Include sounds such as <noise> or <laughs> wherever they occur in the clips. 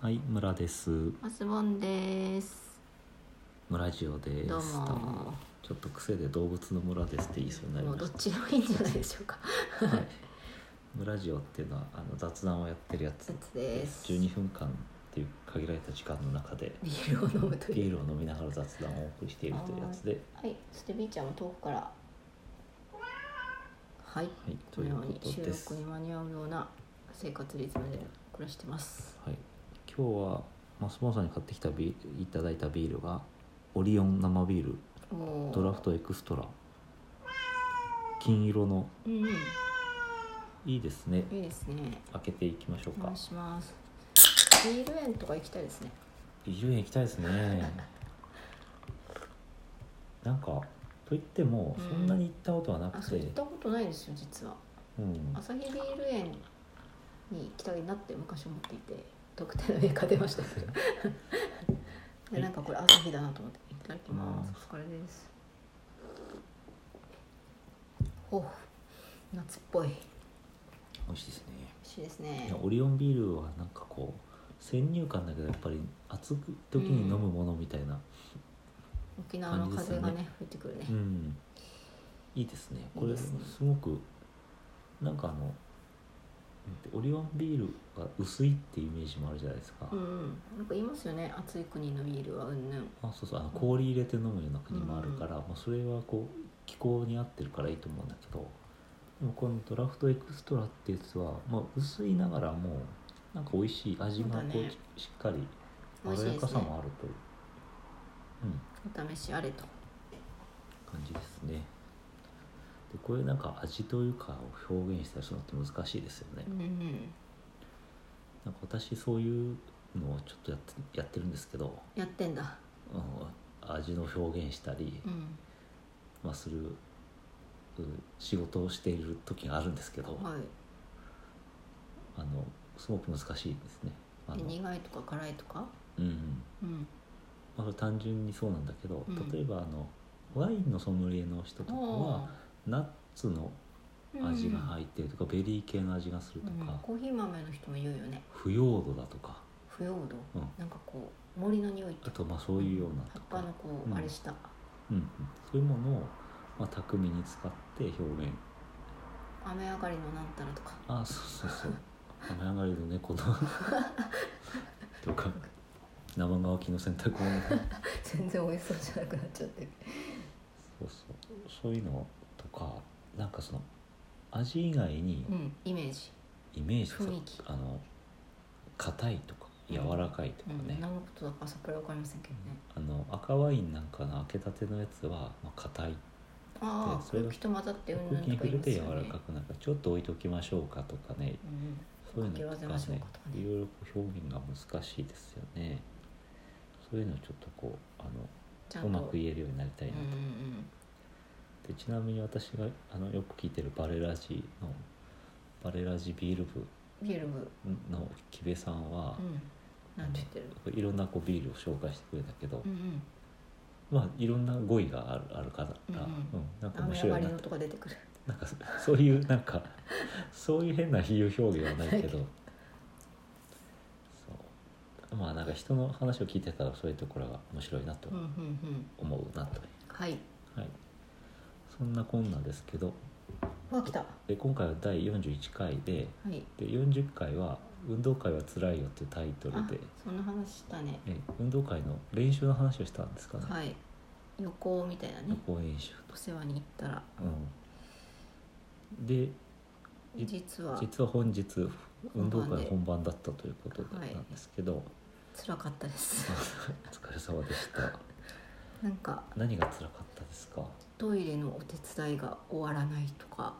はい、村です。マスボンです。村ジオです。どうも。ちょっと癖で動物の村ですって言いそうになりもうまどしっちでもいいんじゃないでしょう <laughs> か。た。はい。村ジオっていうのはあの雑談をやってるやつや。つです。 12分間っていう限られた時間の中でビールを飲むとビいーう。ルを飲みながら雑談をお送りしているというやつで、はい、そしてビーちゃんも遠くから。ははい。い、 <laughs> ことのいうようこにと収です。録はに間に合うような生活リズムで暮らしてます。い。今日はマスモンさんに買ってきたビーいただいたビールがオリオン生ビールおードラフ。トエクストラ金色のうんうん。いいですね。いいですね。開けていきましょうおか願い。します。ビール園とか行きたいですね。ビール園行きたいですねなんかといってもうんそんなに行ったことはなあ、くそて、う行ったことないですよ、実は。うん朝日ビール園に行きたいなって昔思っていて特定のメーカー出まし <laughs> たけどでなんかこれ朝日だなと思っていただきますお疲れですほう夏っぽい美美味しいです味しいですねいねやオリオンビールはなんかこう先入観だけどやっぱり暑く時に飲むものみたいな沖縄の風が感じですよね吹いてくるねうん、いいですねこいいれですすねごくなんかあのオリオンビールが薄いってイメージもあるじゃないですか、うん、うん、なんか言いますよね暑い国のビールはうんぬんあそうそうあの氷入れて飲むような国もあるから、まあ、それはこう気候に合ってるからいいと思うんだけどでもこのドラフトエクストラってやつは、まあ、薄いながらもなんか美味しい味がこそうう、だねししっかり美ま味しろやいでかすさねもあるという、うん、お試しあれと感じですねでこういうなんか味というかを表現したりするのって難しいですよね、うんうんなんか私そういうのをちょっとやってやってるんですけど、やってんだうん、味の表現したり、うんまあ、するう仕事をしている時があるんですけど、はいあのすごく難しいですね。あでの苦いとか辛いとかうんうんまあ、それ単純にそうなんだけど、うん例えばあのワインのソムリエの人とかはナッツの味が入ってるとか、ベリー系の味がするとうんか、コーヒー豆の人も言うよね腐葉土だとか、腐葉土うん、なんかこう森の匂いあととまあそういうような葉とっぱかの、こう、うんあれしたうんうん、そういうものを、まあ、巧みに使って表現雨上がりのなんたらとか <laughs> あそうそうそう雨上がりの猫のとか生乾きの洗濯物とか全然おいしそうじゃなくなっちゃってるそうそうそういうのとかなんかその味以外にうんイメージ、イメージとか雰囲気あの硬いとか柔らかいとかうんね、何のことだかさっぱりわかりませんけどね、あの赤ワインなんかの開けたてのやつは、まあ、硬いああそれ空が気と混ざってうんぬ空ん気とにか言触いれますてよ柔らねかくなんかちょっと置いておきましょうかとかねうんそういうのとかけ混ぜましかょうねかとかねいろいろこう表現が難しいですよねそういうのをちょっとこうあのちゃうんまとく言えるようになりたいうんなうんと、でちなみに私があのよく聞いてるバレラジのバレラジビール部うんビール部の木部さんはう、んなんて言ってるいろんなこうビールを紹介してくれたけど、うんうんまあいろんな語彙があるあるから、うんうんなんか面雨上白がいりなのととか出てくるなんかそういうなんかそういう変な比喩表現はないけどそうまあなんか人の話を聞いてたらそういうところが面白いなとうんうんうん思うなと、はいはい、そんなこんなですけどわ来たはで今回は第41回でいで40回は「運動会はつらいよ」っていうタイトルあで、そんな話したねえ運動会の練習の話をしたんですかね、はい旅行みたいな予ね行演習とお、世話に行ったらうん、でい実は実は本日運動会本番で本番だったということではいなんですけど、 <laughs> 辛かったですお疲れ様でしたなんか何が辛かったですか、トイレのお手伝いが終わらないとか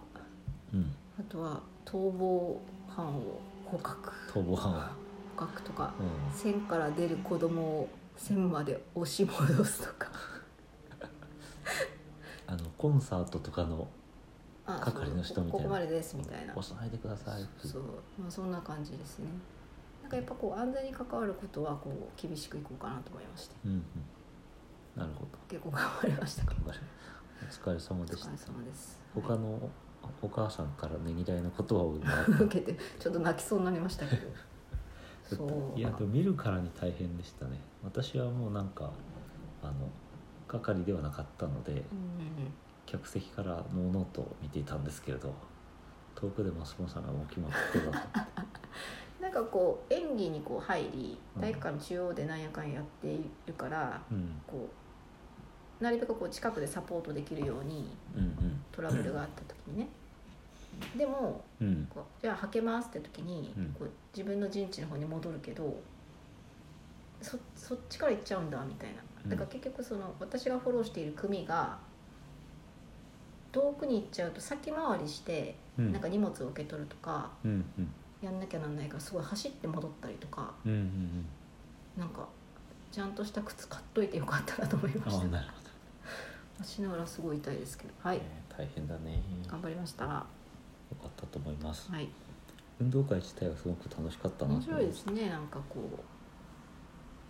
うん、あとは逃亡犯を捕獲逃亡犯は、捕獲とかうん、線から出る子供を線まで押し戻すと <laughs> かあのコンサートとかのあ係の人みたいなここまでですみたいな押さないでくださいってそう、まあ、そんな感じですねなんかやっぱこう安全に関わることはこう厳しくいこうかなと思いましてうんうん、なるほど結構頑張りました頑張れお疲れ様お疲でれした様です他のおお母さんからねぎらいの言葉をもらっ <laughs> 受けてちょっと泣きそうになりましたけどそういやでも見るからに大変でしたね私はもうなんかあの係ではなかったのでうん客席からのうのうと見ていたんですけれど遠くでマスボンさんが動きまくってたとなんかこう演技にこう入りうん体育館の中央でなんやかんやっているから、うんこうなるべくこう近くでサポートできるようにうんトラブルがあった時にねでもうんうんこうじゃあはけますって時に、うんこう自分の陣地の方に戻るけどそそっちから行っちゃうんだみたいなうんだから結局その私がフォローしている組が遠くに行っちゃうと先回りしてうんなんか荷物を受け取るとかうんうんやんなきゃなんないからすごい走って戻ったりとかうんうんなんかちゃんとした靴買っといてよかったなと思いあましあたなるほど、足の裏すごい痛いですけどはいえー大変だねよ頑張りましたはかったと思いますい運動会自体はすごく楽しかったな面と思白いいでますねなんかこ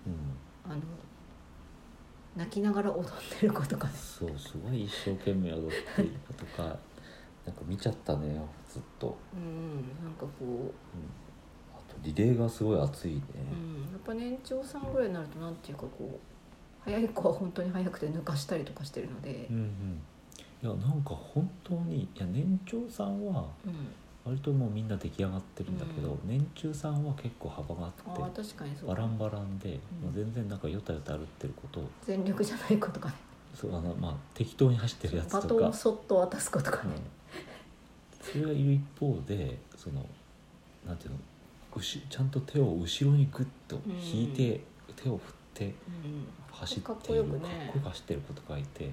ううんあの泣きながら踊ってる子とかねそうすごい一生懸命踊っている子とか <laughs> なんか見ちゃったねずっと、うんなんかこうん、あとリレーがすごい熱いね、う、うん、やっぱ年長さんぐらいになるとなんていうかこう早い子は本当に早くて抜かしたりとかしてるのでうん、うんいやなんか本当にいや年長さんはうん、割ともうみんな出来上がってるんだけど、うん年中さんは結構幅があっああて確かにそうバランバランで、うんもう全然なんかヨタヨタ歩ってること全力じゃない子とかねそうあのまあ適当に走ってるやつバとかトンをそっと渡す子とかね、それがいる一方でそのなんていうのうしちゃんと手を後ろにグッと引いて、手を振ってうん走っているかっこよくねかっこよく走ってる子とかいて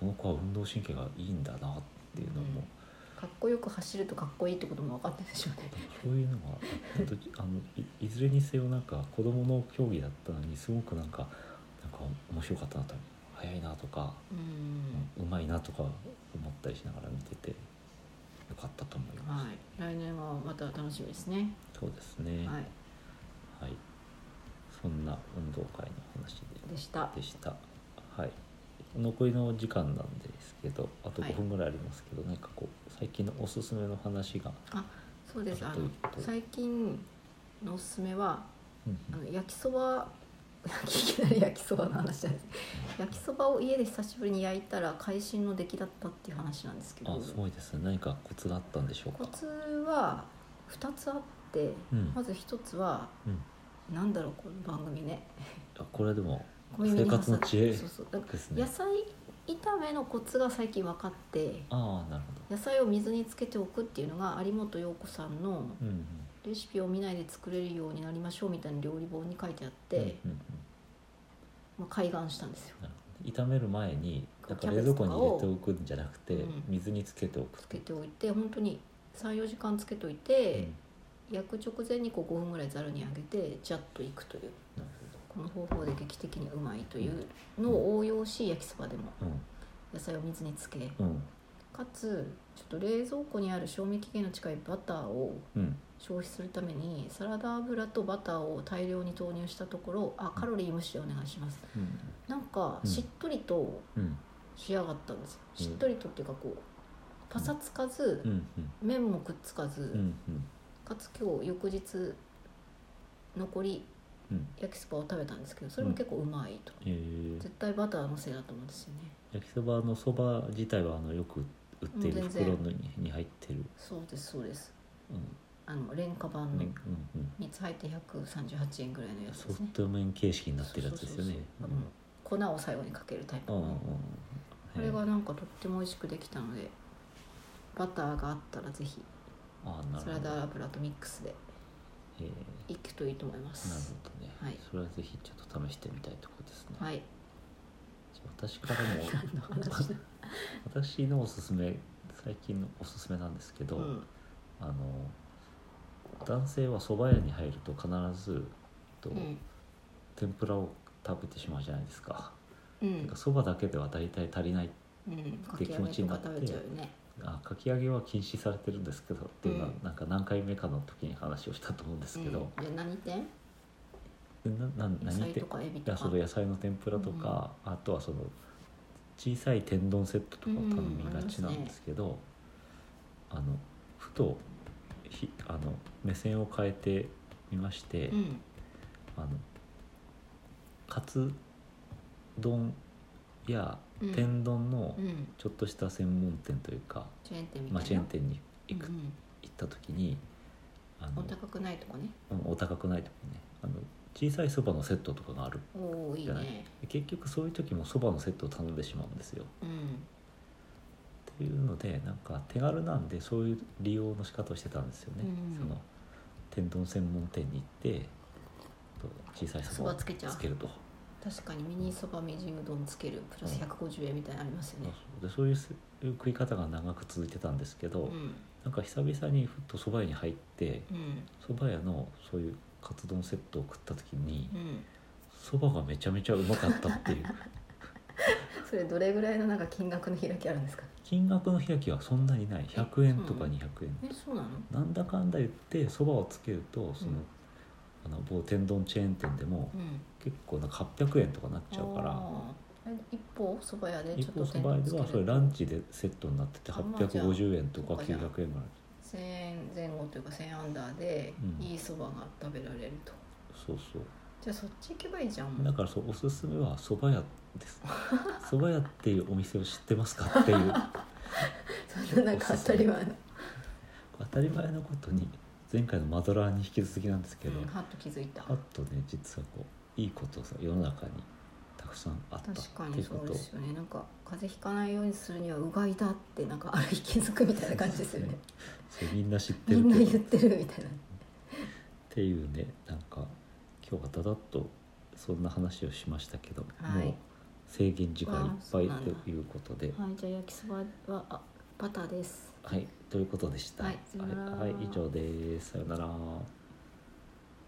この子は運動神経がいいんだなっていうのも、かっこよく走るとかっこいいってことも分かってるでしょうねそういうのがあとあのいいずれにせよなんか子供の競技だったのにすごくなんかなんか面白かったなと早いなとか、うんうまいなとか思ったりしながら見ててよかったと思います。はい来年はまた楽しみですねそうですね、はいはい、そんな運動会の話でしたででした。はい、残りの時間なんですけどあとはい5分ぐらいありますけど、なんかこう最近のおすすめの話が、そうですあどういのうこと最近のおすすめはうんあの焼きそば <laughs> いきなり焼きそばの話じゃないです焼きそばを家で久しぶりに焼いたら会心の出来だったっていう話なんですけあどすごいですね何かコツがあったんでしょうコか。ツは2つあってうん、まず1つは、なんだろうこの番組ねあこれでも小耳に挟生ん活の知恵そうそうだかですら野ね。菜炒めのコツが最近分かってああなるほど。野菜を水につけておくっていうのが有本陽子さんのうんうん、レシピを見ないで作れるようになりましょうみたいな料理本に書いてあって、うんうんまあ、開眼したんですようんなるほど炒める前にだから冷蔵庫に入れておくんじゃなくて、キャベツとかをうん水につけておくつけておいて本当に34時間つけといて、焼く直前にこう5分ぐらいざるに上げてジャッといくといううん、なるこの方法で劇的にうまいというのを応用し焼きそばでもほど。野菜を水につけうんうんかつちょっと冷蔵庫にある賞味期限の近いバターをうん消費するためにサラダ油とバターを大量に投入したところあカロリー無視でお願いしますうんなんかうんしっとりとうん仕上がったんですよ、うんしっとりとっていうかこうパサつかずう、んうん麺もくっつかず、うんうんかつ今日翌日残りうん焼きそばを食べたんですけどそれも結構うまいと、えー絶対バターのせいだと思うんですよね焼きそばのそば自体はあのよく売っているうん全然袋のにに入ってる、そうですそうですうあの廉価ん版ねのうんうん、 3つ入って138円ぐらいのやつソですねフト麺形式になってるやつですよねそうそうそうそう粉を最後にかけるタイプうんうのんうんねこれがなんかとっても美味しくできたのでバターがあったらぜひあーなサるラほど、ダ油とミックスでえーいくといいと思いまなるすほどね、はいそれはぜひちょっと試してみたいところですね、はいじゃあ私からも何の <laughs> 話だ、私のおすすめ最近のおすすめなんですけど、うん、あの男性は蕎麦屋に入ると必ず、とうん天ぷらを食べてしまうじゃないですか,、うなんんか蕎麦だけでは大体足りないうんかてき気揚持げちとになっかて食べちゃうよねあかき揚げは禁止されてるんですけど、っていうのはうんなんか何回目かの時に話をしたと思うんですけど、うん、で何店でなな野何菜てとかエビいとやかその野菜の天ぷらとか、あとはその小さい天丼セットとかを頼みがちなんですけど、あのふとひあの目線を変えてみまして、うんあのカツ丼やうん天丼のうんちょっとした専門店というか、チェーン店みたいまなあ、チェーン店に行く、うんうん行った時にあおの高くないとこねうんお高くない時ねあの小さいそばのセットとかがあるおおいいじゃなね結局そういう時もそばのセットを頼んでしまうんですようんっていうのでなんか手軽なんでそういう利用の仕方をしてたんですよね、うんその天丼専門店に行ってと小さいそばそばつけちゃうつけると確かにミニそばみじんうどんつけるプラス150円みたいなのありますよねでそういうす食い方が長く続いてたんですけど、うんなんか久々にふっと蕎麦屋に入ってうん蕎麦屋のそういうカツ丼セットを食った時にうん蕎麦がめちゃめちゃうまかったっていう <laughs> それどれぐらいのなんか金額の開きあるんですか金額の開きはそんなにない100円とかうん200円えそうなのなんだかんだ言ってそばをつけるとその、うんあの某天丼チェーン店でもうん結構なんか800円とかなっちゃうからあーえ一方そば屋でち一ょ方っとそば屋ではそれランチでセットになっててあまあじゃあ850円とかそっかじゃあ900円ぐらい1000円前後というか1000アンダーでうんいいそばが食べられると、そうそうじゃあそっち行けばいいじゃんだからそうおすすめはそば屋 <laughs> ですそば屋っていうお店を知ってますかっていうそんななんか当たり前の、当たり前のことに前回のマドラーに引き続きなんですけど、うん、ハッと気づいたあとね実はこういいことをさ世の中にたくさんあった確かっていにうそこうとですよねなんか風邪ひかないようにするにはうがいだってなんかある日気づくみたいな感じですよねそうみんな知ってみるんなけ言どってるみたいなっていうねなんか今日はだだっとそんな話をしましたけど、はいもう制限時間いっぱいわあそうなんだということで、はいじゃあ焼きそばはあバターですはいということでした。はいさよならはいはい以上です。さよなら。